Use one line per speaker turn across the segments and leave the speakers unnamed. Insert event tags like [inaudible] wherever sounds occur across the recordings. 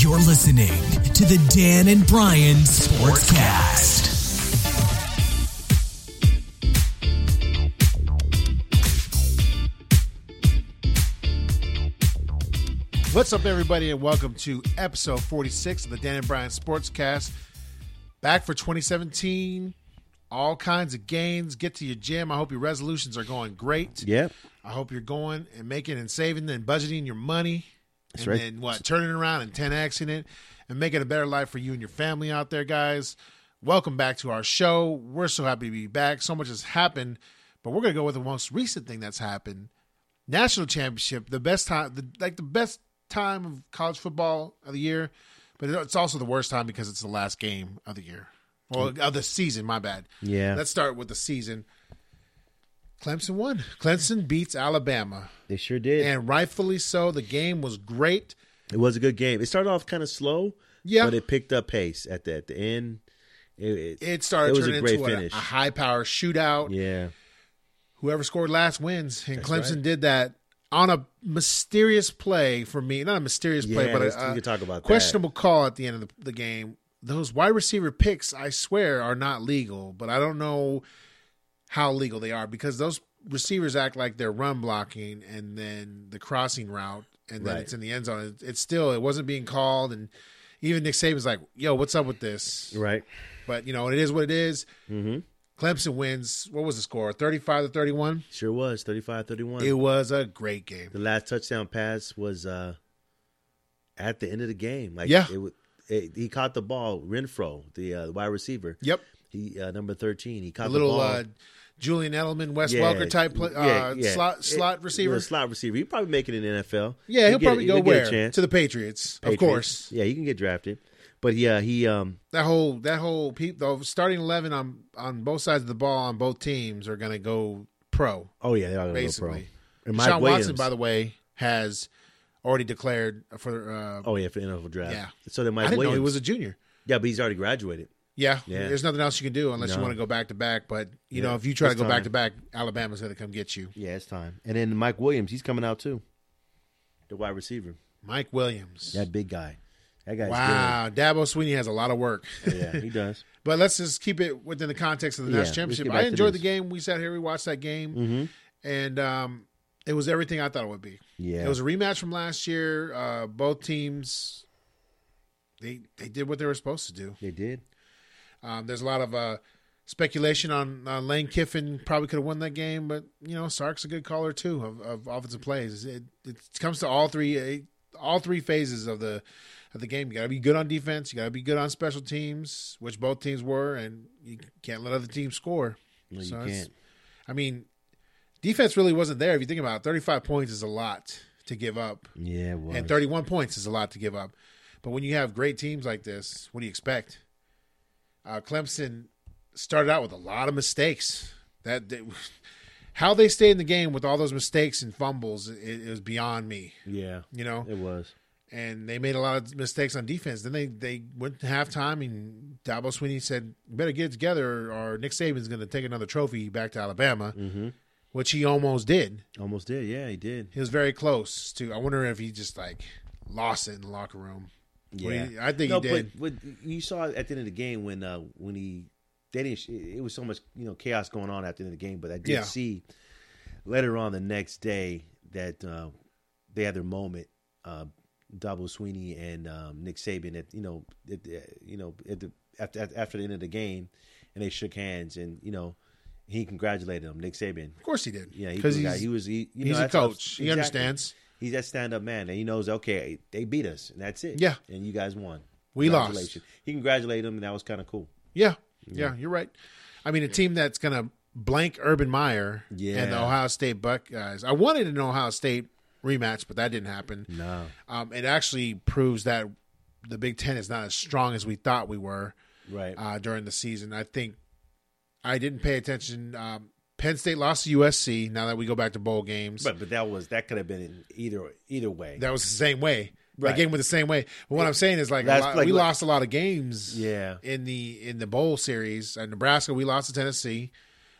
You're listening to the Dan and Brian Sportscast.
What's up, everybody, and welcome to episode 46 of the Dan and Brian Sportscast. Back for 2017. All kinds of gains. Get to your gym. I hope your resolutions are going great.
Yep.
I hope you're going and making and saving and budgeting your money. and
right.
then what? Turning around and 10Xing it and making a better life for you and your family out there, guys. Welcome back to our show. We're so happy to be back. So much has happened, but we're going to go with the most recent thing that's happened national championship, the best time, the, like the best time of college football of the year, but it's also the worst time because it's the last game of the year, well, of the season. My bad.
Mm. Yeah.
Let's start with the season. Clemson won. Clemson beats Alabama,
They sure did.
and rightfully so. The game was great.
it was a good game. It started off kind of slow,
Yeah.
but it picked up pace at the, at the end. It, it,
It started
It was a
turning
great
into a-
finish.
a, high power shootout.
yeah.
Whoever scored last wins, and Clemson did that on a mysterious play for me. Not a mysterious play,
Yeah,
but
let's-
a,
we can talk about that.
questionable call at the end of the, the game. Those wide receiver picks, I swear, are not legal, but I don't know how legal they are because those receivers act like they're run blocking and then the crossing route, and then
Right.
it's in the end zone. It, it's still it wasn't being called, and even Nick Saban's like, "Yo, what's up with this?"
Right. Mm-hmm.
But you know, it is what it is. Clemson wins. What was the score? Thirty-five to thirty-one.
Sure was 35 31.
It was a great game.
the last touchdown pass was uh, at the end of the game. Like
Yeah.
It, wa- it, he caught the ball, Renfro, the uh, wide receiver.
Yep,
He uh, number 13. He caught
a
the
little
ball.
uh, Julian Edelman, Wes
Yeah,
Welker type play, uh,
yeah, yeah.
slot
It-
slot receiver.
Yeah, slot receiver. He'll probably make it in the NFL.
Yeah, he'll
get a-
probably go
he'll get a
where
chance.
to the Patriots, of
Patriots.
course.
Yeah, he can get drafted. But yeah, he um
That whole that whole peep though starting eleven on on both sides of the ball on both teams are going to go pro
oh yeah, they are going to go pro.
basically.
And
Sean Watson, by the way, has already declared for. Uh,
Oh yeah, for the NFL draft.
Yeah.
So then
I
Mike
didn't know
Williams.
he was a junior.
yeah, but he's already graduated.
Yeah,
Yeah.
there's nothing else you can do unless you
No.
want to go back to back. But you
Yeah,
know, if you try to
it's
go back
time.
to back, Alabama's going to come get you.
Yeah, it's time. And then Mike Williams, he's coming out too. The wide receiver,
Mike Williams.
that big guy. That guy's
wow, Dabo Sweeney has a lot of
[laughs]
work.
good.
[laughs]
Yeah, he does.
But let's just keep it within the context of the
Yeah,
national
let's get
championship.
back
I
to
enjoyed the
this. Mm-hmm.
game. We sat here, we watched that game, and um, it was everything I thought it would be.
Yeah.
It was a rematch from last year. Uh, both teams, they they did what they were supposed to do.
They did.
Um, there's a lot of uh, speculation on uh, Lane Kiffin probably could have won that game, but you know Sark's a good caller too of, of offensive plays. It, it comes to all three eh, all three phases of the of the game. You got to be good on defense. You got to be good on special teams, which both teams were, and you can't let other teams score.
No, you
So it's-
can't.
I mean, defense really wasn't there. If you think about it, 35 points is a lot to give up,
Yeah, it was.
and 31 points is a lot to give up. But when you have great teams like this, what do you expect? Uh, Clemson started out with a lot of mistakes. That [laughs] they, how they stayed in the game with all those mistakes and fumbles it, it was beyond me.
yeah,
You know,
it was.
and they made a lot of mistakes on defense. Then they they went to halftime, and Dabo Sweeney said, "You better get it together, or Nick Saban's going to take another trophy back to Alabama," mm-hmm. which he almost did.
Almost did. Yeah, he did.
He was very close to. I wonder if he just like lost it in the locker room. Well, he- I think
no,
he did.
But, but you saw at the end of the game when uh, when he they didn't. sh- It was so much you know chaos going on at the end of the game. But I did
Yeah.
see later on the next day that uh, they had their moment. Uh, Dabo Sweeney and um, Nick Saban at you know at, the- you know at the after at- after the end of the game, and they shook hands and you know he congratulated him. Nick Saban.
Of course, he did.
Yeah, he,
because
forgot.
he's,
he was he, you
he's
know,
a
that's how-
coach. He
exactly.
understands.
He's that stand up man, and he knows. Okay, they beat us, and that's it.
Yeah.
and you guys won.
We lost.
Congratulations. He congratulated him, and that was kind of cool.
Yeah, yeah, you're right. I mean, a team that's going to blank Urban Meyer
Yeah.
and the Ohio State Buckeyes. I wanted an Ohio State rematch, but that didn't happen.
No.
um, it actually proves that the Big Ten is not as strong as we thought we were
Right.
uh, during the season. I think I didn't pay attention. Um, Penn State lost to USC. Now that we go back to bowl games,
but but that was that could have been in either either way.
that was the same way.
Right.
The game was the same way. But what I'm saying is, like, a
That's
lot-
like-
we lost a lot of games.
Yeah.
In the in the bowl series, at Nebraska, we lost to Tennessee.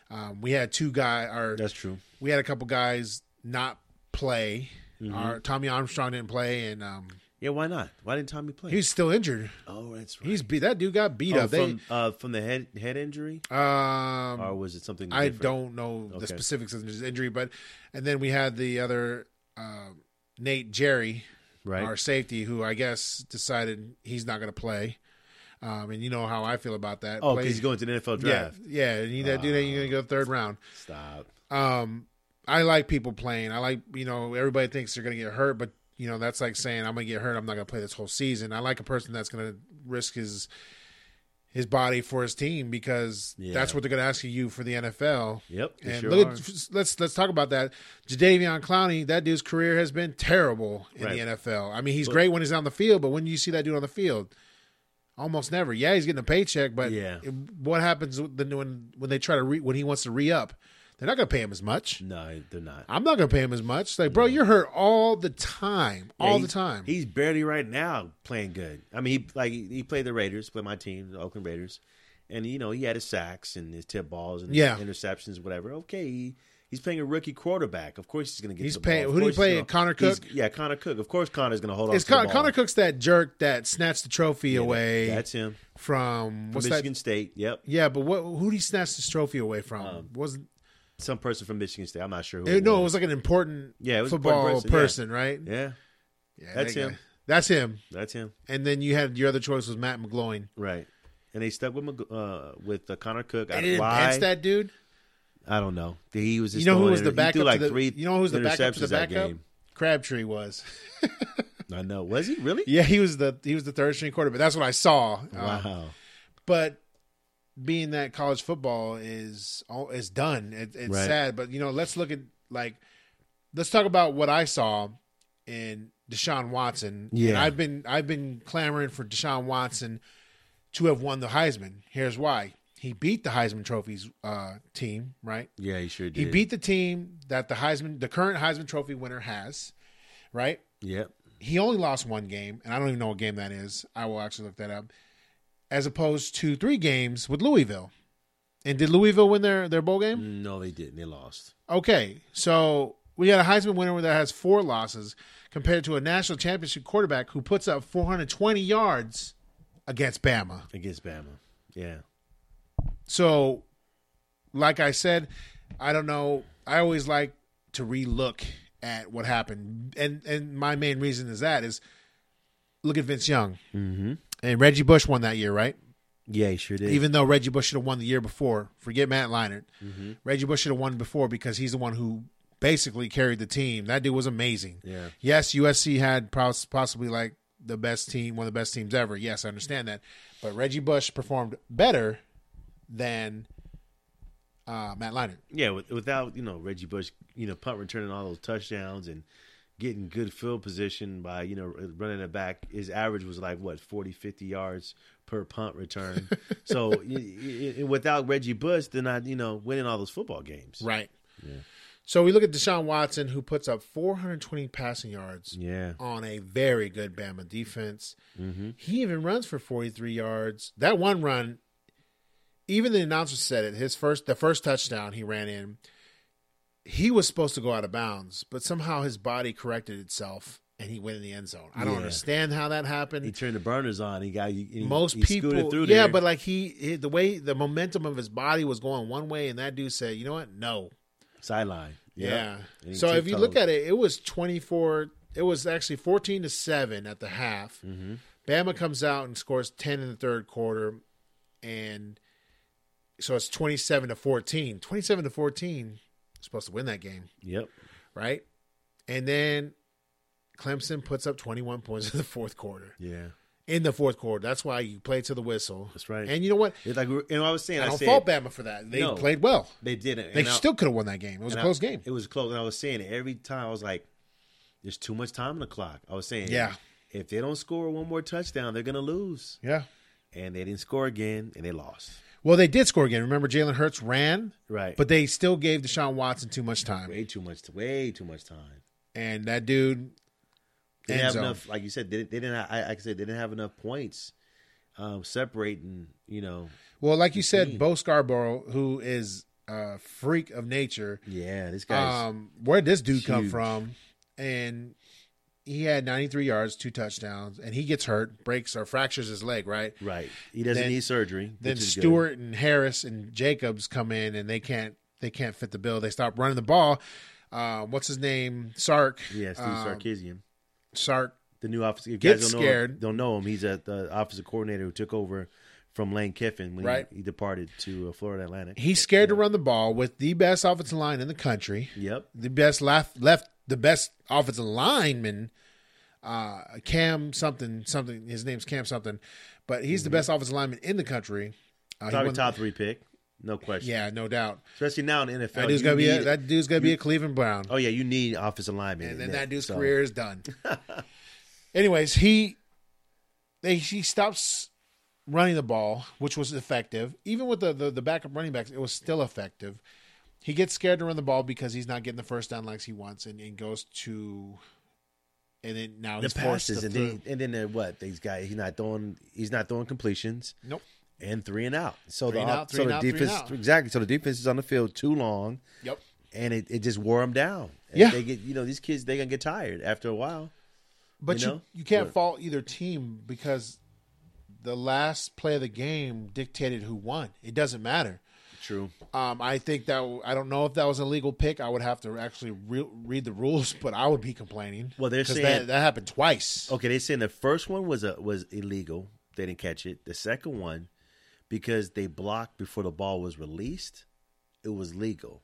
Um, we had two guy, or
that's true.
we
Mm-hmm.
Uh, had a couple guys not play. Our Tommy Armstrong didn't play, and um,
Yeah, why not? Why didn't Tommy play?
He's still injured.
oh, that's right.
He's beat. That dude got beat
Oh,
up. They,
from uh, from the head head injury,
um,
or was it something?
I
Oh, different?
don't know the
Okay.
specifics of his injury, but and then we had the other um Nate Jerry,
Right.
our safety, who I guess decided he's not going to play. Um, and you know how I feel about that.
Oh,
Play-
because he's going to the NFL
yeah,
draft. Ah.
yeah. And you that dude, ain't going to go third round.
Stop.
Um, I like people playing. I like you know everybody thinks they're going to get hurt, but you know that's like saying I'm going to get hurt. I'm not going to play this whole season. I like a person that's going to risk his his body for his team because
Yeah.
that's what they're going to ask of you for the NFL.
Yep. they
And
sure
look
are.
at, f- let's let's talk about that. Jadavion Clowney, that dude's career has been terrible in
Right.
the NFL. I mean, he's great when he's on the field, but when you see that dude on the field, almost never. Yeah, he's getting a paycheck, but
Yeah.
it- what happens with the- when when they try to re, when he wants to re up? They're not going to pay him as much.
no, they're not.
I'm not going to pay him as much. Like, bro, you're hurt all the time,
Yeah,
all the
he's-
time.
He's barely right now playing good. I mean, he like he he played the Raiders, played my team, the Oakland Raiders, and you know he had his sacks and his tip balls and
Yeah.
interceptions, whatever. Okay, he, he's playing a rookie quarterback. Of course, he's going to get.
He's
the
paying-
Ball.
who
Of
do you
course
play?
he's gonna-
Connor
he's-
Cook?
Yeah, Connor Cook. Of course, Connor's going to hold on.
it's
to the
Con-
ball.
Connor Cook's that jerk that snatched the trophy away
That's him.
from what's
Michigan
that?
State. Yep,
Yeah, but what who did he snatch this trophy away from? Wasn't
some person from Michigan State. I'm not sure Um, who.
It- no, it was like an important
Yeah, it was an
football
important
person,
person,
right?
Yeah,
Yeah,
That's
that guy.
him.
That's him.
that's him.
And then you had your other choice was Matt McGloin.
Right. And they stuck with Mag- uh, with uh, Connor Cook.
They
I-
didn't
why?
bench that dude.
I don't know. He was. Just
You know who
throwing
was the
inter- he
backup?
threw
to
like
the-
three.
you know who was the backup to the
interceptions that
backup?
game.
Crabtree was. [laughs]
I know. Was he really?
yeah, he was the he was the third string quarterback. That's what I saw. Uh,
Wow.
but being that college football is all is done, it, it's
Right.
sad. But you know, let's look at like let's talk about what I saw in Deshaun Watson. And
Yeah.
I've been I've been clamoring for Deshaun Watson to have won the Heisman. Here's why: he beat the Heisman Trophy's uh, team, right?
Yeah, he sure
He
did.
beat the team that the Heisman, the current Heisman Trophy winner, has, right?
Yep.
he only lost one game, and I don't even know what game that is. I will actually look that up. As opposed to three games with Louisville. And did Louisville win their, their bowl game?
No, they didn't. They lost.
Okay. So we got a Heisman winner that has four losses compared to a national championship quarterback who puts up 420 yards against Bama.
Against Bama. Yeah.
So, like I said, I don't know. I always like to relook at what happened, and and my main reason is that is look at Vince Young mm-hmm. and Reggie Bush won that year, right?
Yeah, he sure did.
Even though Reggie Bush should have won the year before, forget Matt Leinart. Reggie Bush should have won before because he's the one who basically carried the team. That dude was amazing.
Yeah.
Yes, USC had pos- possibly like the best team, one of the best teams ever. Yes, I understand that, but Reggie Bush performed better than uh, Matt Leinart.
yeah, with, without you know Reggie Bush, you know punt returning all those touchdowns and getting good field position by you know running it back. His average was like what 40, 50 yards per
[laughs]
punt return. so y- y- y- without Reggie Bush, they're not you know winning all those football games.
Right. So we look at Deshaun Watson, who puts up 420 passing yards
Yeah.
on a very good Bama defense.
Mm-hmm.
He even runs for 43 yards. That one run, even the announcer said it. His first, the first touchdown he ran in, he was supposed to go out of bounds, but somehow his body corrected itself and he went in the end zone. I don't
Yeah.
understand how that happened
He turned the burners on. He got he, he-
most
he
people
scooted through
yeah
there.
but like he, he- the way the momentum of his body was going one way and that dude said you know what no
sideline. Yep. And
yeah
he
so if you look
tiptoed.
at it it was 24 it was actually 14 to 7 at the half
Mm-hmm.
bama comes out and scores 10 in the third quarter and so it's 27 to 14 27 to 14 supposed to win that game
yep,
right and then clemson puts up 21 points [laughs] in the fourth quarter
yeah,
in the fourth quarter that's why you play to the whistle
that's right.
and you know what?
it's like we were- and I was saying,
I
I,
don't
said
fault Bama for that. They
No.
played well.
they didn't.
They
and I-
still could have won that game. It was a
and I-
close game.
It was close, and I was saying it every time. I was like, "There's too much time on the clock." I was saying,
Yeah.
if they don't score one more touchdown, they're gonna lose."
yeah.
And they didn't score again, and they lost.
Well, they did score again. Remember, Jalen Hurts ran,
Right,
but they still gave Deshaun Watson too much time,
way too much, way too much time.
and that dude.
They didn't
End
have
zone.
enough, like you said. They, didn't- they didn't. I, I- like I said they didn't have enough points um, separating. You know,
Well, like you said,
team.
Bo Scarborough, who is a freak of nature,
yeah, this guy's
um, where did this dude come
huge.
from? And he had 93 yards, two touchdowns, and he gets hurt, breaks or fractures his leg, right?
Right. He doesn't
Then-
need surgery.
Then
which is good.
Stewart and Harris and Jacobs come in and they can't they can't fit the bill. They stop running the ball. Uh, what's his name? Sark.
Yeah, Steve
Um,
Sarkisian.
Sark.
The new officer. If you
Get
guys don't Know him,
scared.
don't know him. He's at the officer coordinator who took over from Lane Kiffin when he-
Right.
he, departed to uh, Florida Atlantic.
He's scared to run the ball with the best offensive line in the country,
Yep.
the best left left the best offensive lineman. Uh, Cam something something. His name's Cam something, but he's the
Mm-hmm.
best offensive lineman in the country. Uh, he
Probably
won-
top three pick. No question.
Yeah, no doubt.
Especially now in the NFL.
That dude's
you
gonna be a,
need-
that dude's gonna be a Cleveland Brown,
oh, yeah. You need offensive linemen.
and
in
then
there,
that dude's
so-
career is
[laughs]
done. Anyways, he they he stops running the ball, which was effective. Even with the, the the backup running backs, it was still effective. He gets scared to run the ball because he's not getting the first down like he wants, and, and goes to, and then now
The
he's forced
passes
to
and
throw-
then, and then uh, what these guys he's not throwing he's not throwing completions
Nope.
and three and out so
Three
the
and
off-
out, three
so
and
the
out, three and
defense
out.
exactly so the defense is on the field too long
Yep.
and it, it just wore them down. And
Yeah.
they get you know these kids they gonna get tired after a while.
But
You
you,
know?
you, can't
But-
fault either team because the last play of the game dictated who won. It doesn't matter.
True.
Um, I think that I don't know if that was a legal pick. I would have to actually re- read the rules, but I would be complaining.
Well, they're
'Cause
saying- Oh,
that, that happened twice.
Okay, they saying the first one was a was illegal. They didn't catch it. The second one because they blocked before the ball was released, it was legal.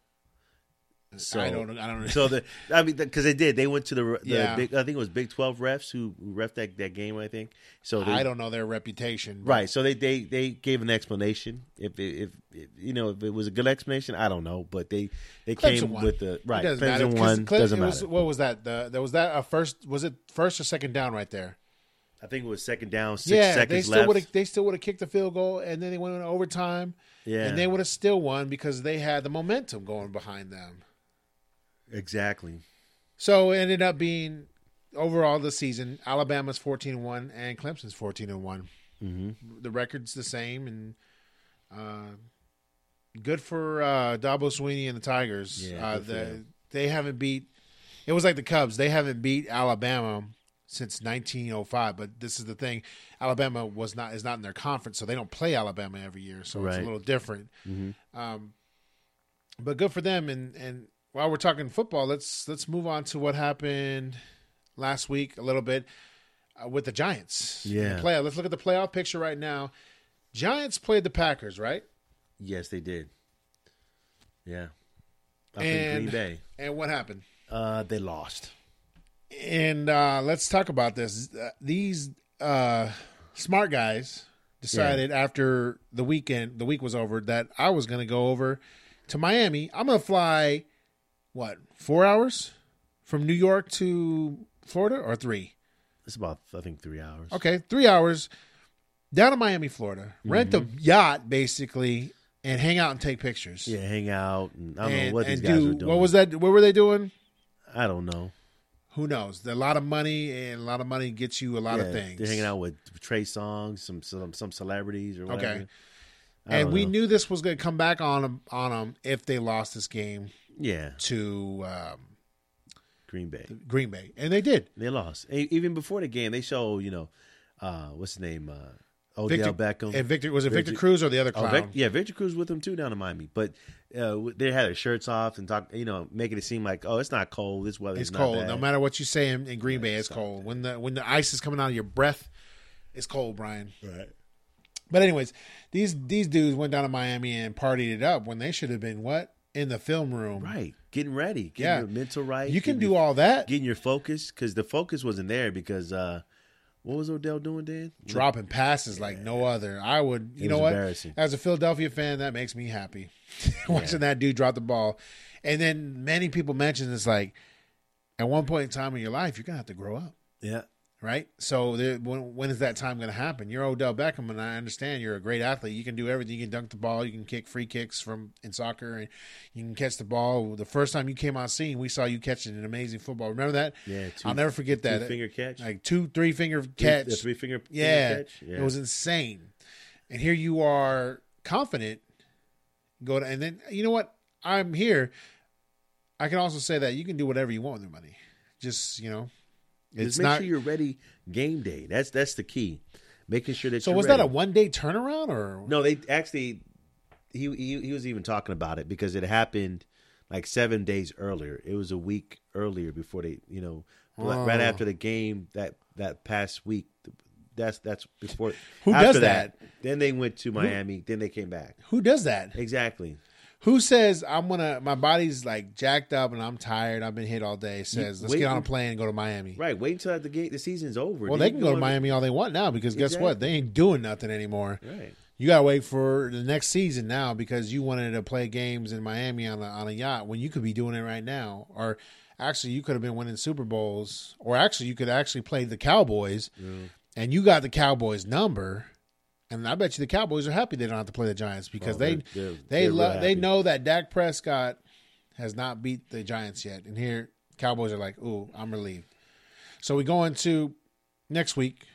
So
I don't. I don't. [laughs]
So the I mean because they did they went to the, the
Yeah.
big, I think it was Big Twelve refs who who ref that, that game I think so they,
I don't know their reputation. but
Right. So they, they, they gave an explanation. If, it- if if you know if it was a good explanation, I don't know, but they they
Clemson
came
won.
with the right
It doesn't
Clemson
matter. 'cause
won
Cle-
doesn't
it
matter.
was- what was that? The there was that a first. Was it first or second down right there?
I think it was second down, six
yeah, they
seconds
still would have.
left.
They still would have kicked the field goal, and then they went into overtime.
Yeah.
and they would have still won because they had the momentum going behind them.
Exactly.
So it ended up being overall the season Alabama's 14 1 and Clemson's 14 1. Mm-hmm. The record's the same and uh, good for uh, Dabo Sweeney and the Tigers.
Yeah,
uh,
good for
the,
them.
they haven't beat, it was like the Cubs. They haven't beat Alabama since 1905 but this is the thing alabama was not is not in their conference so they don't play alabama every year so it's a
Right. Mm-hmm.
little different um, but good for them. And and while we're talking football, let's let's move on to what happened last week a little bit uh, with the Giants. and
Yeah.
the playoff. Let's look at the playoff picture right now. Giants played the Packers, right?
Yes, they did. Yeah. Up in
And-
Green Bay.
And what happened?
Uh, they lost.
And uh, let's talk about this. Uh, these uh, smart guys decided after the weekend, the week was over, that I was going to go over to Miami. I'm going to fly, what, four hours from New York to Florida or three?
It's about I think three hours.
Okay, three hours down to Miami, Florida. Rent
Mm-hmm.
a yacht, basically, and hang out and take pictures.
Yeah, hang out. And I don't
And,
know what these
and
guys
do,
were doing.
What was that? What were they doing?
I don't know.
Who knows? A lot of money, and a lot of money gets you a lot
Yeah,
of things.
They're hanging out with Trey Songs, some some some celebrities or
Okay.
whatever. I
and
don't
we
know.
knew this was going to come back on 'em- on them if they lost this game
Yeah,
to um,
Green Bay.
Green Bay, and they did.
They lost. E- Even before the game, they show you know, uh, what's his name, uh, Odell Beckham.
and Victor was it Victor,
Victor-
Cruz or the other
Oh,
clown?
Vic, yeah, Victor Cruz with them too down in Miami, but uh, w- they had their shirts off and talk, you know, making it seem like oh, it's not cold. This weather
It's cold.
Not bad.
No matter what you say in, in Green Bay, it's cold. When the when the ice is coming out of your breath, it's cold, Brian.
Right.
But anyways, these these dudes went down to Miami and partied it up when they should have been what in the film room.
Right. Getting ready. Getting
Yeah.
your mental right.
You can
getting
do all that.
Your, getting your focus because the focus wasn't there because uh, what was Odell doing then?
Dropping passes like no other. I would, you
It
know
was
what?
embarrassing.
As a Philadelphia fan, that makes me happy [laughs] watching that dude drop the ball. And then many people mentioned it's like, at one point in time in your life, you're gonna have to grow up.
Yeah.
right? So there, when, when is that time going to happen? You're Odell Beckham, and I understand you're a great athlete. You can do everything. You can dunk the ball. You can kick free kicks from in soccer, and you can catch the ball. The first time you came on scene, we saw you catching an amazing football. Remember that?
Yeah, two-
I'll never forget that.
finger catch.
like two, three finger catch.
The three finger.
yeah,
Finger catch?
it was insane. And here you are, confident. Go to, and then you know what? I'm here. I can also say that you can do whatever you want with your money. Just you know,
Just
It's
make
not-
sure you're ready game day. That's that's the key. Making sure that
So
you're
was that
ready.
a one day turnaround or
No, they actually he, he he was even talking about it because it happened like seven days earlier. It was a week earlier before they, you know, like, right
Oh.
after the game that that past week. That's that's before.
Who
after
does that?
Then they went to Miami. Then they came back.
who does that?
Exactly.
Who says I'm gonna? My body's like jacked up and I'm tired. I've been hit all day. Says let's
wait-
get on a plane and go to Miami.
Right. Wait until the game. The season's over.
Well,
Then
they
you
can go to
on-
Miami all they want now because guess what?
Exactly.
They ain't doing nothing anymore.
Right.
You gotta wait for the next season now because you wanted to play games in Miami on a, on a yacht when you could be doing it right now. Or actually, you could have been winning Super Bowls. Or actually, you could actually play the Cowboys, and you got the Cowboys number. And I bet you the Cowboys are happy they don't have to play the Giants because
Oh,
they
they're- they're-
they
they're
lo-
real
they
happy.
know that Dak Prescott has not beat the Giants yet. And here Cowboys are like, "Ooh, I'm relieved." So we go into next week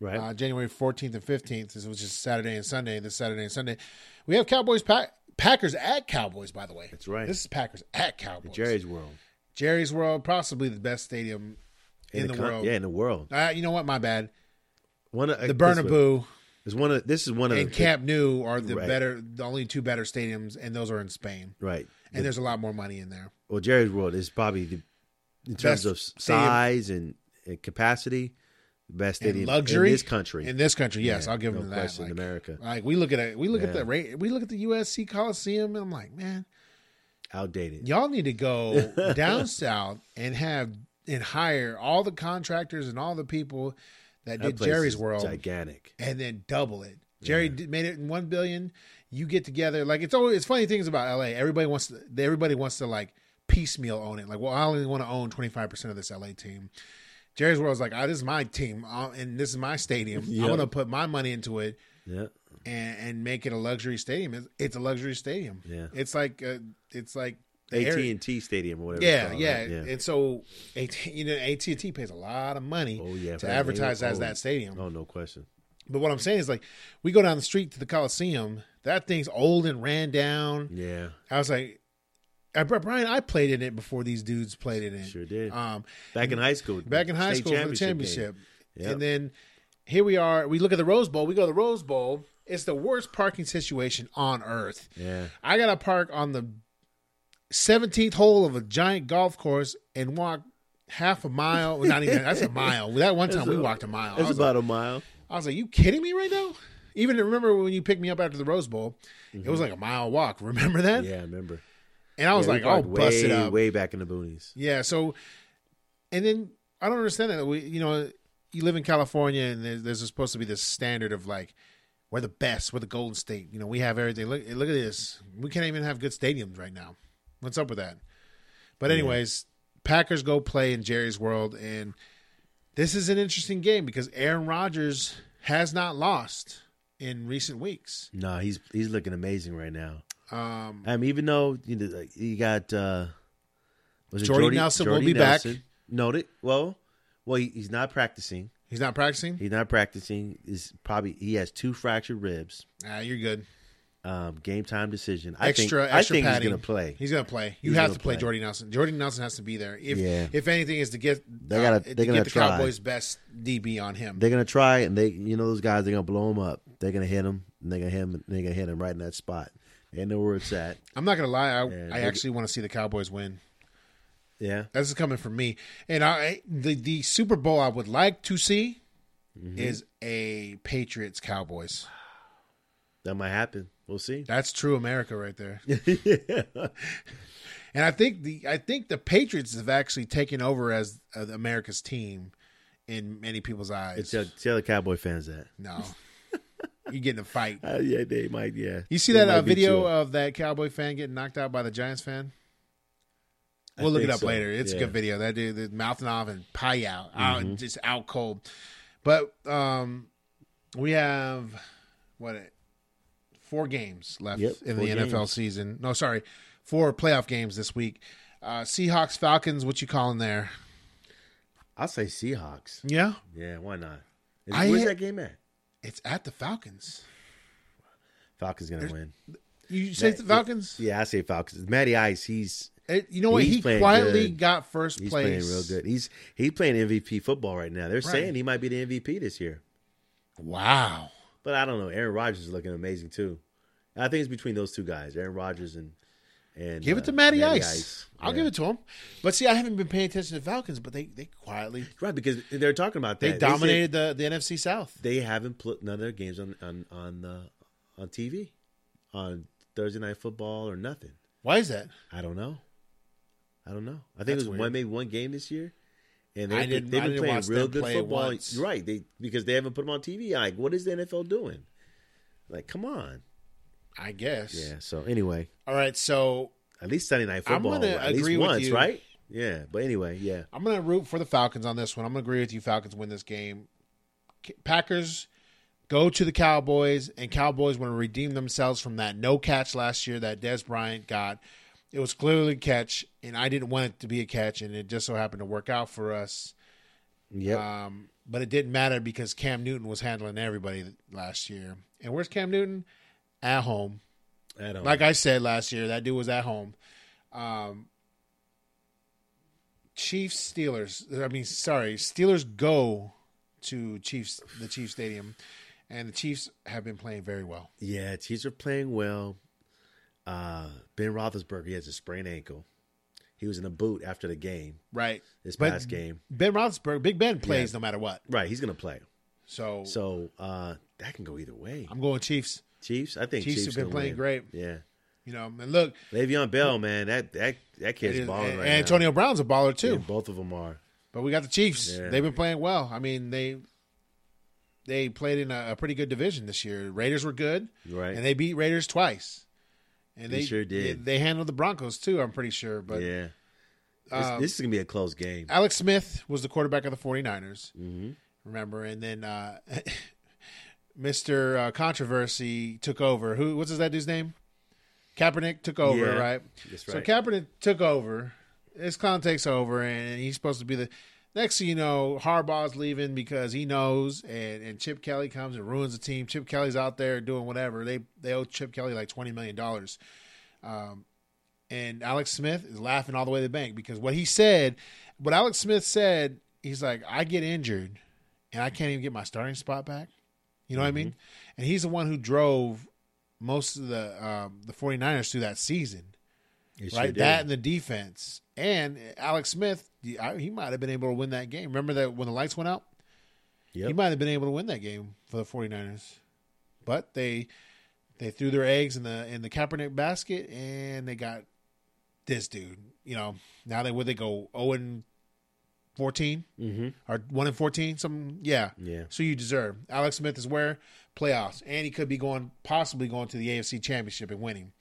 Right.
uh, January 14th and 15th, this- which is Saturday and Sunday. This Saturday and Sunday, we have Cowboys Pack- Packers at Cowboys. By the way,
That's right.
This is Packers at Cowboys.
Jerry's world.
Jerry's World, possibly the best stadium in, the,
con-
world.
Yeah, in the world.
Uh, you know what? My bad.
One of, uh,
The Bernabeu
is one of. This is one of
and
the
Camp Nou are the
Right.
better, the only two better stadiums, and those are in Spain.
Right.
And there's a lot more money in there.
well, Jerry's World is probably the, in
Best
terms of
stadium.
size and, and capacity, the best
And
stadium
luxury
in this country.
In this country, yes,
Yeah,
I'll give
no
them that.
question,
like,
America,
like, we look at it, we look at
Yeah.
the rate, we look at the USC Coliseum, and I'm like, man,
outdated.
y'all need to
[laughs]
go down south and have and hire all the contractors and all the people that,
That
did
place
Jerry's
is
World
gigantic.
and then double it. Jerry did, made it in 1 billion. You get together like it's always it's funny things about LA. Everybody wants to everybody wants to like piecemeal own it. Like, well, I only want to own 25% of this LA team. Jerry's World's like, ah, this is my team uh, and this is my
[laughs]
stadium.
Yeah.
I want to put my money into it
Yeah,
and, and make it a luxury stadium. It's, it's a luxury stadium.
Yeah.
It's like uh, it's like the
AT
area-
and T Stadium or whatever.
yeah,
it's called,
yeah.
right?
And so, AT, you know, AT and T pays a lot of money
Oh yeah,
to
right.
advertise
They-
as
oh,
that stadium.
Oh no question.
But what I'm saying is, like, we go down the street to the Coliseum. That thing's old and ran down.
Yeah,
I was like, I, Brian, I played in it before these dudes played in it.
sure did.
Um,
back in high school.
back in high
state
school for the
game.
championship.
Yep.
And then here we are. We look at the Rose Bowl. We go to the Rose Bowl. It's the worst parking situation on earth.
Yeah,
I gotta park on the seventeenth hole of a giant golf course and walk half a mile. well, Not even that's
[laughs]
a mile. That one time we walked a mile. I
it's
was, like,
about a mile.
I was like, "You kidding me right now?" Even remember when you picked me up after the Rose Bowl, it was like a mile walk. Remember that?
Mm-hmm. Yeah, I remember.
And I was
Yeah, we
like, "I'll
parked
bust
way,
it up."
way back in the boonies.
Yeah. So, and then I don't understand that we, you know, you live in California and there's, there's supposed to be this standard of like, we're the best, we're the Golden State. You know, we have everything. Look, look at this. We can't even have good stadiums right now. What's up with that? But anyways, Packers go play in Jerry's World, and this is an interesting game because Aaron Rodgers has not lost in recent weeks.
No, he's he's looking amazing right now.
Um,
I mean, even though you know, like, you got uh, was it
Jordy Nelson will be back.
Noted. Well, well, he, he's not practicing.
he's not practicing.
He's not practicing. Is probably he has two fractured ribs.
Ah, you're good.
Um, game time decision. I
extra
think,
extra
I think
padding.
he's gonna play.
He's gonna play. You
He's
have
gonna
to play,
play.
Jordy Nelson. Jordy Nelson has to be there. If
Yeah.
if anything is to get uh,
They gotta-
to
they're
get
gonna
the
try.
Cowboys best DB on him.
They're gonna try, and they you know those guys. They're gonna blow him up. They're gonna hit him. And they're gonna hit him. They're gonna hit him right in that spot. They know where it's at.
I'm not gonna lie. I, I
they-
actually want to see the Cowboys win.
Yeah,
This is coming from me. And I the the Super Bowl I would like to see
Mm-hmm.
is a Patriots Cowboys.
that might happen. We'll see.
That's true America right there.
[laughs]
And I think the I think the Patriots have actually taken over as uh, America's team in many people's eyes.
Tell, tell the Cowboy fans that. [laughs]
no, you get in a fight.
Uh, yeah, they might. Yeah,
You see
They
that
might
uh,
beat you
video
up.
of that Cowboy fan getting knocked out by the Giants fan?
I
We'll look it
think
up
so.
later. It's
Yeah. Mm-hmm.
a good video. That dude, the mouthing off and pie out, out just out cold. But um, we have what four games left
Yep,
in
four
the NFL
games.
season. No, sorry, four playoff games this week. Uh, Seahawks, Falcons. What you calling there?
I'll say Seahawks.
Yeah,
Yeah, why not? Is,
I-
where's that game at?
it's at the Falcons.
Falcons gonna win.
You say it's the Falcons?
Yeah, I say Falcons. Matty Ice, he's
It, you know what?
He's
he
playing
quietly
good.
got first
He's
place.
playing real good. He's he's playing MVP football right now. They're saying he might be the MVP this year.
Wow.
But I don't know. Aaron Rodgers is looking amazing too. I think it's between those two guys, Aaron Rodgers and and
Give it
uh,
to Matty Ice. I'll
Yeah.
give it to him. But see, I haven't been paying attention to the Falcons, but they they quietly
right because they're talking about
they
that. said
dominated the, the NFC South.
They haven't put none of their games on on on uh, on TV on Thursday night football or nothing.
Why is that?
I don't know. I don't know. I think
That's
it was
weird.
one maybe one game this year, and
I
they,
didn't-
they've been
I didn't
playing
watch
real
them
good
play
football.
once.
You're Right? They because they haven't put them on TV. Like, what is the NFL doing? Like, come on.
I guess.
Yeah. So anyway,
All right, so
at least Sunday night
I'm
football.
gonna
at least
agree with
once,
you.
right? Yeah. But anyway, yeah.
I'm going to root for the Falcons on this one. I'm going to agree with you. Falcons win this game. K- Packers go to the Cowboys, and Cowboys want to redeem themselves from that no catch last year that Des Bryant got. It was clearly a catch, and I didn't want it to be a catch, and it just so happened to work out for us.
Yep.
Um, but it didn't matter because Cam Newton was handling everybody last year. And where's Cam Newton? At home.
I don't.
Like I said last year, that dude was at home. Um, Chiefs Steelers. I mean, sorry, Steelers go to Chiefs the Chiefs Stadium, and the Chiefs have been playing very well.
Yeah, Chiefs are playing well. Uh, ben Roethlisberger he has a sprained ankle. He was in a boot after the game,
Right.
this
But-
past game.
Ben Roethlisberger, Big Ben plays no matter what.
Right, he's gonna play.
So,
So uh, that can go either way.
I'm going Chiefs.
Chiefs, I think
Chiefs
Chiefs,
have been
gonna
playing
win.
great.
Yeah,
You know, and look,
Le'Veon Bell, man, that that that
it
kid's
is-
balling
and
right
Antonio Brown's a baller
now.
too.
Yeah, both of them are.
But we got the Chiefs.
Yeah.
They've been playing well. I mean, they they played in a, a pretty good division this year. Raiders were good,
Right.
And they beat Raiders twice. And
They
they
sure did.
They, handled the Broncos too. I'm pretty sure. But
yeah, This-
Um,
this, is gonna be a close game.
Alex Smith was the quarterback of the 49ers.
Mm-hmm.
Remember, and then uh, [laughs] Mr. Uh, Controversy took over. Who? What's that dude's name? Kaepernick took over,
Yeah,
right?
that's
So
right.
Kaepernick took over. His clown takes over, and he's supposed to be the next. Thing you know, Harbaugh's leaving because he knows, and, and Chip Kelly comes and ruins the team. Chip Kelly's out there doing whatever. They they owe Chip Kelly like twenty million dollars. Um, and Alex Smith is laughing all the way to the bank because what he said, what Alex Smith said, he's like, I get injured, and I can't even get my starting spot back. You know what I mean?
Mm-hmm.
And he's the one who drove most of the um, the 49ers through that season
It sure
right?
did.
that and the defense. And Alex Smith, he I- he might have been able to win that game. Remember that when the lights went out?
Yep.
He might have been able to win that game for the 49ers. But they they threw their eggs in the in the Kaepernick basket and they got this dude. You know, now they would they go 0 and 14 or 1 and 14 something yeah
Mm-hmm. Yeah.
so you deserve alex smith is where playoffs and he could be going possibly going to the afc championship and winning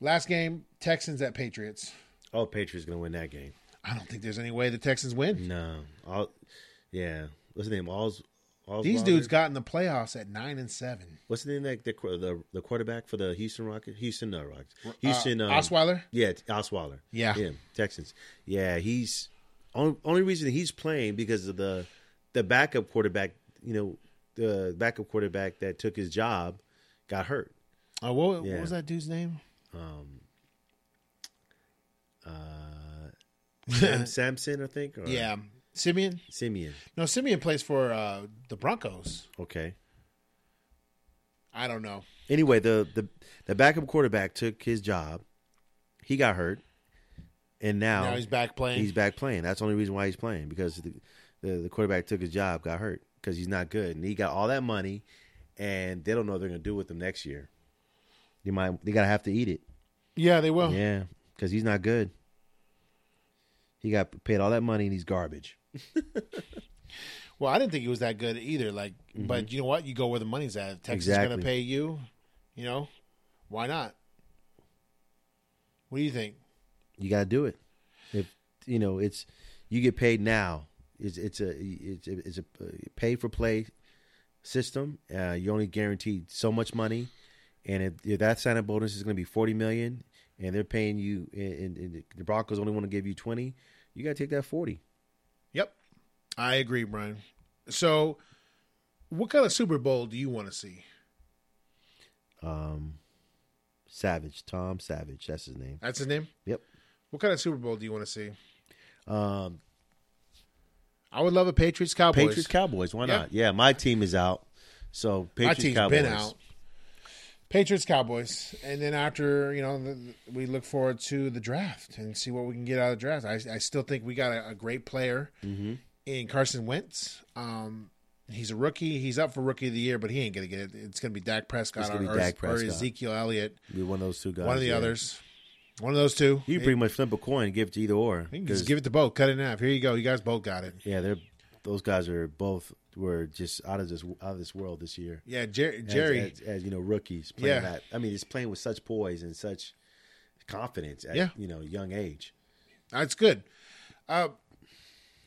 last game texans at patriots
Oh, Patriots gonna win that game.
I don't think there's any way the Texans win.
No, all yeah. What's the name? All's, All's
These dudes got in the playoffs at nine and seven.
What's the name that the qu- the, the quarterback for the Houston Rockets? Houston uh, Rockets. Houston um,
Osweiler.
Yeah, it's Osweiler.
Yeah.
him, Texans. Yeah, he's only, only reason he's playing because of the the backup quarterback. You know, the backup quarterback that took his job
[laughs]
got hurt.
Oh, what,
Yeah.
what was that dude's name?
Sam, Samson, I think. Or
Yeah, Simeon.
Simeon.
No, Simeon plays for uh, the Broncos.
Okay.
I don't know.
Anyway, the the the backup quarterback took his job. He got hurt, and now,
Now he's back playing.
Oh. He's back playing. That's the only reason why he's playing because the the, the quarterback took his job, got hurt because he's not good, and he got all that money, and they don't know what they're gonna do with him next year. They might they gotta have to eat it,
yeah, they will.
yeah, because he's not good. He got paid all that money and he's garbage.
Well, I didn't think he was that good either. Like, but you know what? You go where the money's at. Texas is going
Mm-hmm. Exactly.
to pay you. You know, why not? What do you think?
You gotta do it. If you know it's you get paid now. It's it's a it's a, it's a uh, pay for play system. Uh, you're only guaranteed so much money, and if, if that signing bonus is going to be forty million, and they're paying you, and, and the Broncos only want to give you twenty, you got to take that forty.
Yep, I agree, Brian. So, what kind of Super Bowl do you want to see?
Um, Savage, Tom Savage, that's his name.
That's his name.
Yep,
What kind of Super Bowl do you want to see?
Um,
I would love a Patriots Cowboys.
Patriots Cowboys. Why
Yeah.
not? Yeah, my team is out. So
My
Patriots
team's
Cowboys.
been out. Patriots Cowboys, and then after you know the, we look forward to the draft and see what we can get out of the draft. I, I still think we got a, a great player
Mm-hmm.
in Carson Wentz. Um, he's a rookie. He's up for rookie of the year, but he ain't gonna get it. It's gonna be Dak Prescott,
It's gonna be
or,
Dak
or
Prescott.
Ezekiel Elliott,
Be one of those two guys.
one of the
yeah.
others, one of those two.
You can pretty much flip a coin and give it to either or.
You can just
'cause,
give it to both. Cut it in half. Here you go. You guys both got it.
yeah, they're those guys are both were just out of this out of this world this year.
Yeah, Jerry.
As-
Jerry.
as, as, you know, rookies
Yeah.
playing that. I mean, it's playing with such poise and such confidence at
Yeah.
you know young age.
That's good. Uh,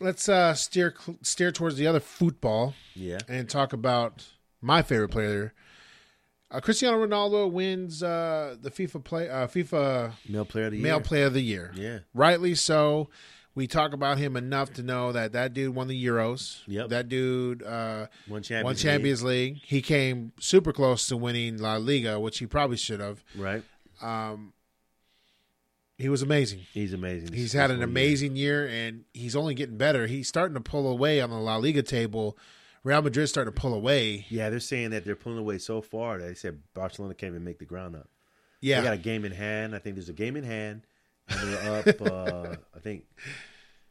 let's uh, steer cl- steer towards the other football
Yeah,
and talk about my favorite player. Uh, Cristiano Ronaldo wins uh, the FIFA play uh, FIFA
male player of the
Male
year.
Player of the Year.
Yeah.
rightly so. We talk about him enough to know that that dude won the Euros.
Yep.
That dude uh,
One champion.
won Champions League. He came super close to winning La Liga, which he probably should have. Um,
Right.
He was amazing.
He's amazing.
He's
This-
had
this
an
one year.
amazing year, and he's only getting better. He's starting to pull away on the La Liga table. Real Madrid's starting to pull away.
Yeah, they're saying that they're pulling away so far that they said Barcelona can't even make the ground up.
Yeah,
They got a game in hand. I think there's a game in hand. And
[laughs]
they're up. uh, I think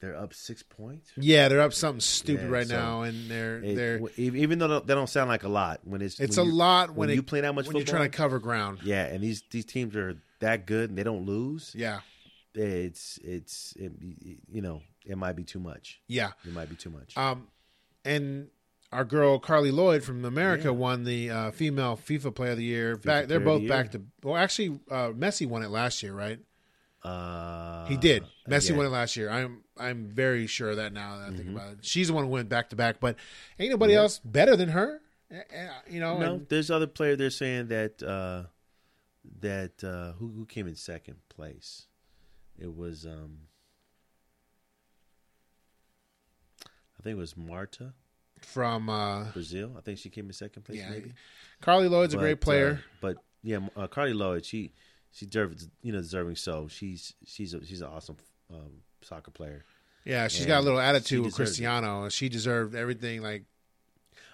they're up six points.
yeah, they're up something stupid
Yeah,
right
so
now, and they're
It-
they're
w- e- even though that don't sound like a lot when it's
it's
when
a
you-
lot when,
when
it-
you play that much
when you're
football.
trying to cover ground.
Yeah, and these these teams are that good and they don't lose.
Yeah,
It's it's it, you know it might be too much.
yeah.
It might be too much.
Um, and our girl Carly Lloyd from America won the uh, female FIFA Player of the Year. Back, they're
Player of
both
the
back to. Well, actually, uh, Messi won it last year, right?
Uh,
He did. Messi
yeah. Mm-hmm.
won it last year. I'm I'm very sure of that now that I think about it. She's the one who went back to back, but ain't nobody else better than her. Eh, eh, You know,
No,
and
there's other player. They're saying that uh, that uh, who who came in second place? It was um, I think it was Marta
from uh,
Brazil. I think she came in second place.
yeah,
maybe
Carly Lloyd's a great
But,
player.
uh, but yeah, uh, Cardi Lloyd. She she deserves you know deserving. So she's she's a, she's an awesome um, soccer player.
yeah, she's
and
got a little
she
attitude with
deserved it.
Cristiano. and She deserved everything. Like,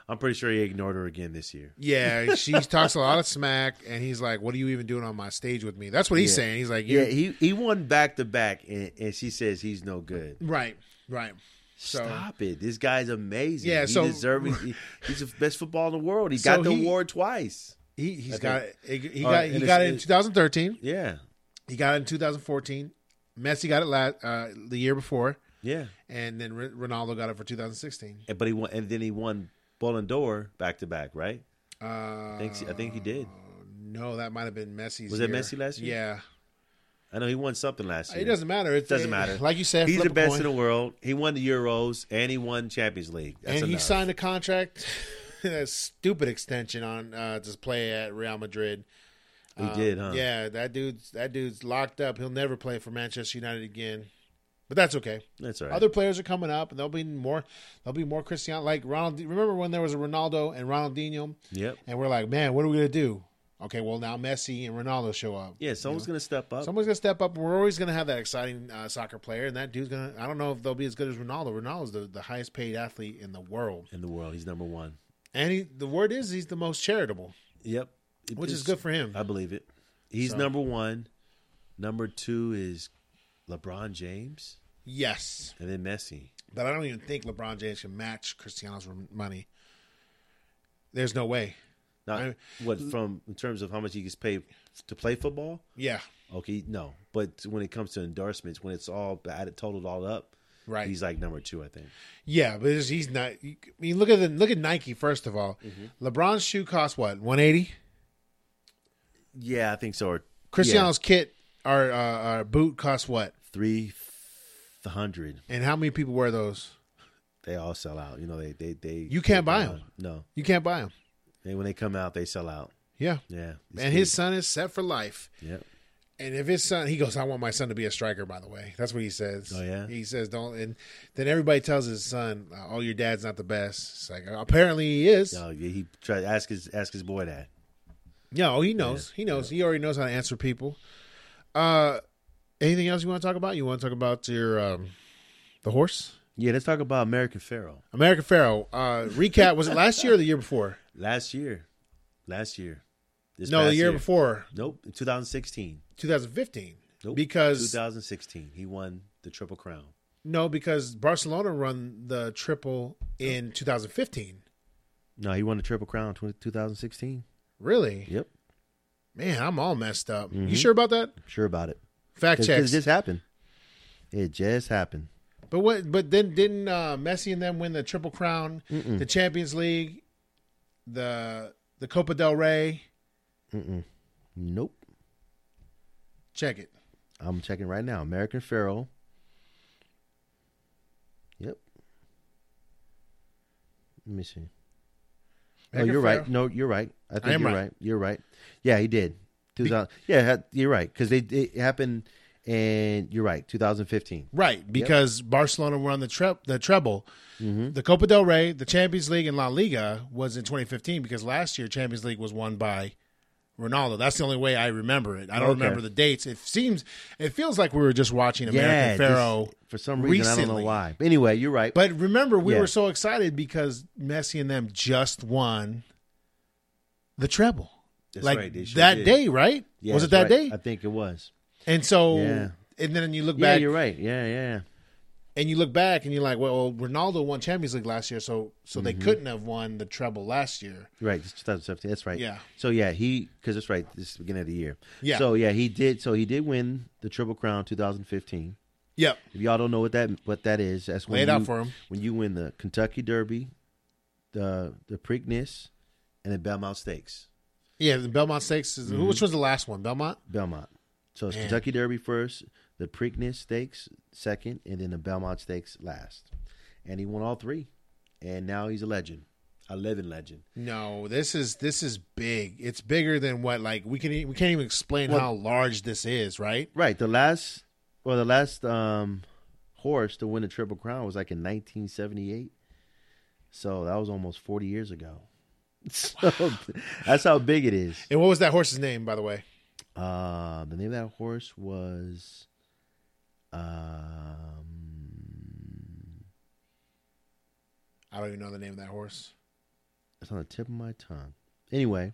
I'm pretty sure he ignored her again this year.
yeah, she [laughs] talks a lot of smack, and he's like, "What are you even doing on my stage with me?" That's what he's
Yeah.
saying. He's like,
Yeah,
you
he he won back to back, and and she says he's no good.
right, right." So-
Stop it! This guy's amazing.
Yeah,
Yeah,
so-
so deserving. he- he's the best football in the world. He
So
got the
he-
award twice.
He he's
think-
got he he
Uh,
got
and
he
it's-
got it in
it's-
2013.
Yeah,
He got it in 2014. Messi got it last uh, the year before.
yeah.
and then R- Ronaldo got it for 2016.
And, but he won, and then he won Ballon d'Or back to back. Right?
Uh,
I think I think he did.
no, that might have been Messi's.
Was that
year.
Messi last year?
Yeah,
I know he won something last year.
it doesn't matter. It
Doesn't matter.
Like you said,
He's
flip
the
a
best
coin.
in the world. He won the Euros and he won Champions League. That's
and he
enough.
signed a contract, [laughs] a stupid extension on uh, to play at Real Madrid.
He did, huh?
Yeah, that dude's that dude's locked up. He'll never play for Manchester United again. But that's okay.
That's all right.
Other players are coming up, and there'll be more. There'll be more Cristiano. Like Ronald. Remember when there was a Ronaldo and Ronaldinho?
yep.
and we're like, man, what are we gonna do? Okay, well now Messi and Ronaldo show up.
Yeah, someone's gonna step up.
Someone's gonna step up. We're always gonna have that exciting uh, soccer player, and that dude's gonna. I don't know if they'll be as good as Ronaldo. Ronaldo's the, the highest paid athlete in the world,
in the world. He's number one.
and he, the word is he's the most charitable,
Yep. It-
which is
it's-
good for him.
I believe it. He's
So-
number one. Number two is LeBron James,
Yes,
and then Messi.
but I don't even think LeBron James can match Cristiano's r- money. There's no way.
Now,
I-
what from in terms of how much he gets paid to play football?
Yeah,
Okay, no. But when it comes to endorsements, when it's all added, totaled all up,
Right.
He's like number two, I think.
yeah, but it's- he's not. I mean, look at the look at Nike first of all.
Mm-hmm.
LeBron's shoe cost what 180.
Yeah, I think so. Or
Cristiano's kit or uh, or boot costs what?
three hundred.
And how many people wear those?
They all sell out. You know, they they they.
You can't
they
buy
come
'em.
out. No,
You can't buy them.
they, when they come out, they sell out.
Yeah.
Yeah, It's
And his son is set for life.
big. yeah.
And if his son, he goes, I want my son to be a striker. By the way, that's what he says.
Oh, yeah?
He says, don't. And then everybody tells his son, "Oh, your dad's not the best." It's like uh, apparently he is.
No, yeah, he tried ask his ask his boy that.
oh, No, he knows. He knows. He already knows how to answer people. Uh, Anything else you want to talk about? You want to talk about your um, the horse?
Yeah, let's talk about American Pharaoh.
American Pharaoh. Uh, recap. Was it last year or the year before?
Last year, last year, this
No, the
past
year, before,
Nope, in 2016.
2015.
Nope.
Because
2016, he won the Triple Crown.
no, because Barcelona run the triple in 2015.
No, he won the Triple Crown tw- 2016.
Really?
Yep,
Man, I'm all messed up.
Mm-hmm.
You sure about that?
sure about it.
Fact
Because it
checks.
just happened. It just happened.
But what? But then didn't uh, Messi and them win the triple crown, the Champions League, the the Copa del Rey?
Nope.
Check it.
I'm checking right now. American Pharaoh. Yep. Let me see. Oh,
American
you're right.
Pharaoh?
No, you're right. I think
am
you're
right.
right. You're right. Yeah, he did. 2000, yeah, ha- you're right because they it happened, and you're right. 2015.
Right, because Barcelona won the tre- the treble.
Mm-hmm.
The Copa del Rey, the Champions League, and La Liga was in 2015 because last year Champions League was won by Ronaldo. That's the only way I remember it. I don't
Okay.
remember the dates. It seems it feels like we were just watching
yeah,
American
just-
Pharaoh
For some reason, I don't
recently.
know why. But anyway, you're right.
But remember, we
Yeah.
were so excited because Messi and them just won the treble.
That's
like
right, they sure
that
did.
day, right?
Yeah,
was it that
that's right.
day?
I think it was.
And so,
Yeah.
and then you look
Yeah,
back,
you're right. Yeah, yeah.
and you look back, and you're like, well, Ronaldo won Champions League last year, so so they couldn't have won the treble last year.
Right, it's 2017. That's right.
Yeah.
So yeah, he because that's right. This is the beginning of the year.
Yeah.
So yeah, he did. So he did win the Triple Crown 2015.
Yep.
If y'all don't know what that what that is, that's when
Lay it
you,
out for 'em.
When you win the Kentucky Derby, the the Preakness, and the Belmont Stakes.
Yeah, the Belmont Stakes. Is, Which was the last one? Belmont.
Belmont. So it's
Man.
Kentucky Derby first, the Preakness Stakes second, and then the Belmont Stakes last. And he won all three, and now he's a legend, a living legend.
No, this is this is big. It's bigger than what like we can e- we can't even explain how large this is, right?
Right. The last, well, the last um, horse to win the Triple Crown was like in 1978. So that was almost 40 years ago. [laughs] So that's how big it is.
And what was that horse's name, by the way?
Uh, the name of that horse was, um,
I don't even know the name of that horse.
it's on the tip of my tongue. Anyway,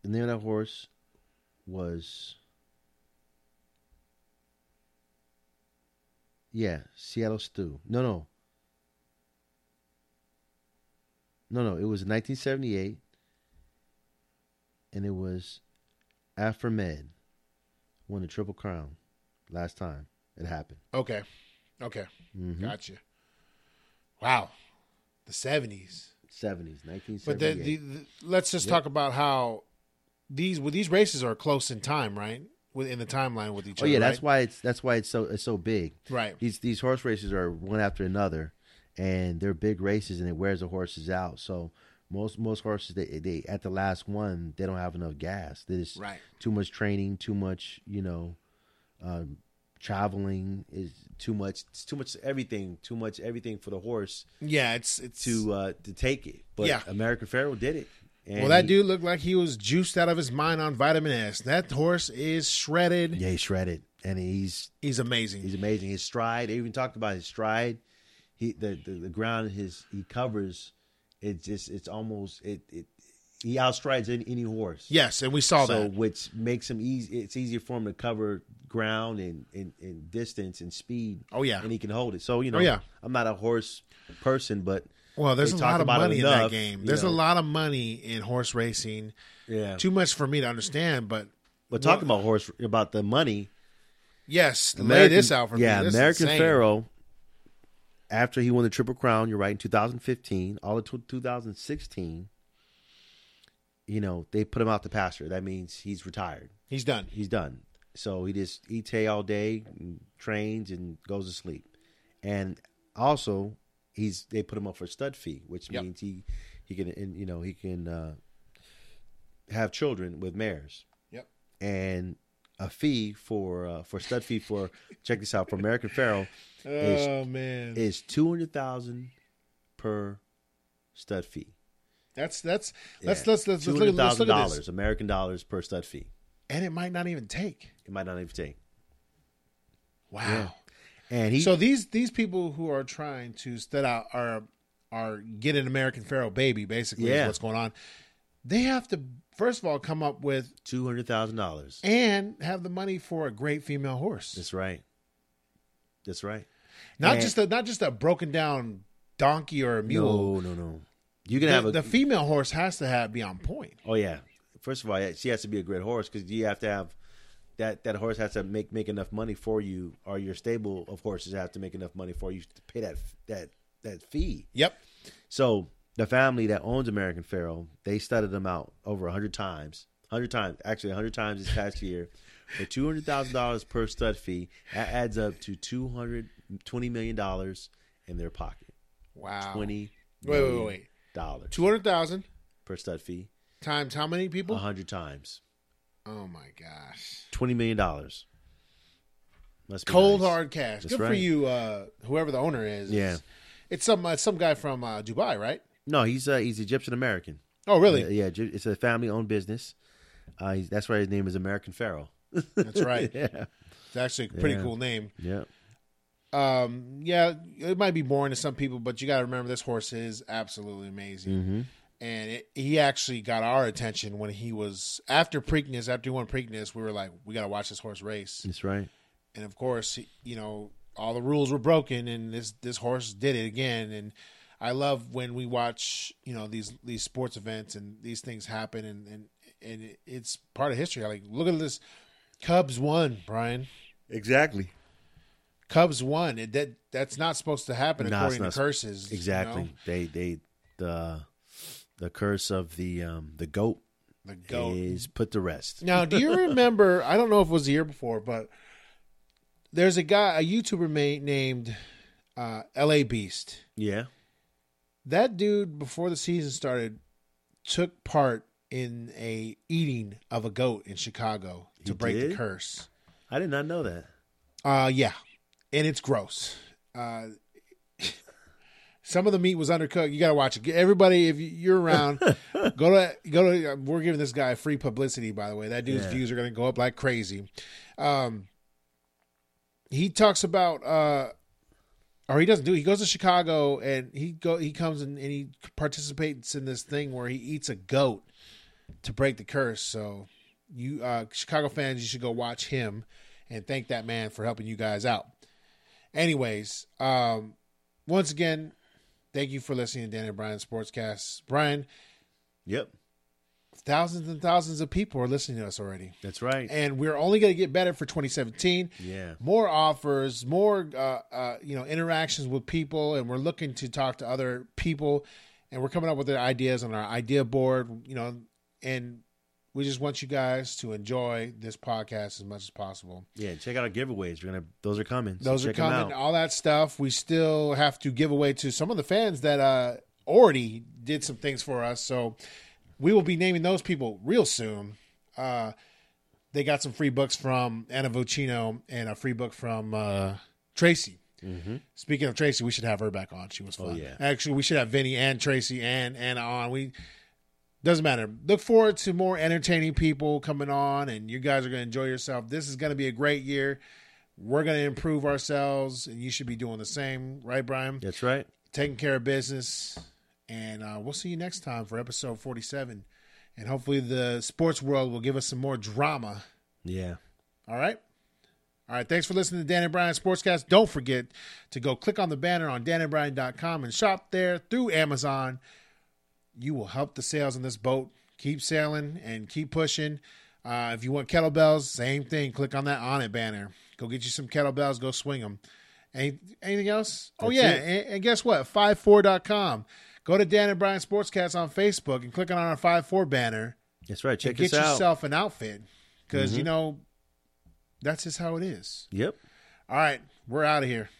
the name of that horse was, yeah, Seattle Stew. No, no, no, no. It was 1978, and it was Aframed won the Triple Crown last time it happened.
Okay, okay, gotcha. Wow, the seventies.
70s, 1978.
But the, the, the, let's just talk about how these well, these races are close in time, right? Within the timeline with each
Oh
other.
yeah, that's
right?
why it's that's why it's so it's so big.
Right.
These these horse races are one after another, and they're big races, and it wears the horses out. So most most horses they they at the last one they don't have enough gas. There's
Right.
too much training, too much you know, um, traveling is too much. It's too much everything, too much everything for the horse
Yeah, it's it's
to uh to take it. But
Yeah.
American Pharaoh did it. And
well, that
he-
dude looked like he was juiced out of his mind on vitamin S. That horse is shredded.
yeah, he shredded, and he's
He's amazing.
He's amazing. His stride. They even talked about his stride. He the the, the ground his he covers. It's just it's almost it it he outstrides any, any horse.
yes, and we saw
So
that.
which makes him easy. It's easier for him to cover ground and, and and distance and speed.
Oh, yeah. Oh,
and he can hold it. So you know,
yeah.
I'm not a horse person, but
Well, there's
they
a
talked
lot of
about it
money in that
enough,
game.
you
There's
know.
a lot of money in horse racing.
yeah.
Too much for me to understand, but
But talking about horse about the money.
yes, lay
American-
this out for
yeah,
me. This is
American
insane.
Pharaoh. After he won the Triple Crown, you're right in 2015, all of 2016. You know they put him out to pasture. That means he's retired.
He's done.
He's done. So he just eats hay all day, trains, and goes to sleep. And also, he's they put him up for stud fee, which
Yep.
means he he can and, you know he can uh, have children with mares
Yep.
and a fee for uh, for stud fee for check this out for American Pharaoh is
Oh man.
is two hundred thousand per stud fee.
That's that's let's
Yeah.
let's let's, let's,
two
look,
hundred
let's
thousand
look at this.
dollars American dollars per stud fee.
and it might not even take.
It might not even take.
Wow.
And he
So these these people who are trying to that out are are get an American Pharaoh baby basically
Yeah.
is what's going on. They have to first of all come up with
two hundred thousand dollars.
and have the money for a great female horse.
That's right. That's right.
Not
and-
just a not just a broken down donkey or a mule.
No, no, no. You can have
the,
a
the female horse has to have be on point.
Oh yeah. First of all, yeah, she has to be a great horse because you have to have that that horse has to make make enough money for you, or your stable of horses have to make enough money for you to pay that that that fee.
Yep.
So the family that owns American Pharaoh, they studied them out over hundred times, hundred times, actually hundred times this past year, for two hundred thousand dollars per stud fee. That adds up to two hundred twenty million dollars in their pocket.
Wow.
Twenty
Wait, wait,
million
wait.
dollars
Two hundred thousand
per stud fee,
times how many people?
hundred times.
Oh my gosh.
twenty million dollars.
Cold hard cash.
That's
Good for
right.
you, uh, whoever the owner is.
Yeah.
It's some uh, some guy from uh, Dubai, right?
No, he's uh, he's Egyptian American.
Oh, really?
Yeah, yeah, Egy- it's a family owned business. Uh, he's, that's why his name is American Pharaoh.
That's right.
[laughs] yeah,
It's actually a pretty
Yeah.
cool name.
yeah,
Um, yeah, it might be boring to some people, but you got to remember this horse is absolutely amazing.
Mm-hmm.
And it, he actually got our attention when he was after Preakness. After he won Preakness, we were like, we got to watch this horse race.
that's right.
and of course, you know, all the rules were broken, and this this horse did it again. And I love when we watch, you know, these these sports events and these things happen, and and and it's part of history. I like look at this, Cubs won, Brian.
Exactly.
Cubs won. It, that that's not supposed to happen
Nah, it's
according to
not-
curses. you
Exactly.
know?
They they the the curse of the um the goat,
The goat.
is put to rest.
Now, do
[laughs]
you remember? I don't know if it was the year before, but there's a guy, a YouTuber ma- named uh, L.A. Beast.
Yeah.
that dude before the season started took part in a eating of a goat in Chicago to
He
break the
did?
curse.
I did not know that.
Uh yeah. And it's gross. Uh [laughs] Some of the meat was undercooked. You gotta watch it. Everybody, if you- you're around, go to go to. uh, We're giving this guy free publicity, by the way. That dude's
Yeah.
views are gonna go up like crazy. Um, he talks about, uh, or he doesn't do. it. He goes to Chicago and he go he comes and, and he participates in this thing where he eats a goat to break the curse. So, you uh, Chicago fans, you should go watch him and thank that man for helping you guys out. Anyways, um, once again, thank you for listening to Dan and Brian Sportscast. Brian,
Yep.
thousands and thousands of people are listening to us already,
That's right.
and we're only going to get better for 2017.
yeah.
More offers, more uh, uh, you know interactions with people, and we're looking to talk to other people, and we're coming up with their ideas on our idea board. You know, and we just want you guys to enjoy this podcast as much as possible.
Yeah. Check out our giveaways. We're gonna those are coming. So
Those are
check 'em
coming,
out.
all that stuff. We still have to give away to some of the fans that uh, already did some things for us. So we will be naming those people real soon. Uh, they got some free books from Anna Vocino and a free book from uh, Tracy. Speaking of Tracy, we should have her back on. She was fun.
Mm-hmm. Oh, yeah.
Actually, we should have Vinny and Tracy and Anna on. We doesn't matter. Look forward to more entertaining people coming on, and you guys are going to enjoy yourself. This is going to be a great year. We're going to improve ourselves, and you should be doing the same, right, Brian?
That's right.
Taking care of business, and uh, we'll see you next time for episode forty-seven, and hopefully the sports world will give us some more drama.
Yeah.
All right. All right. Thanks for listening to Dan and Brian Sportscast. Don't forget to go click on the banner on danandbrian.com and shop there through Amazon. You will help the sales on this boat. Keep sailing and keep pushing. Uh, if you want kettlebells, same thing. Click on that on it banner. Go get you some kettlebells. Go swing them. Any, anything else? oh,
That's
yeah.
it.
And, and guess what? 54.com. Go to Dan and Brian Sportscast on Facebook and click on our 54 banner
That's right. Check
get
us out. Mm-hmm.
yourself an outfit because you know that's just how it is
Yep.
all right we're out of here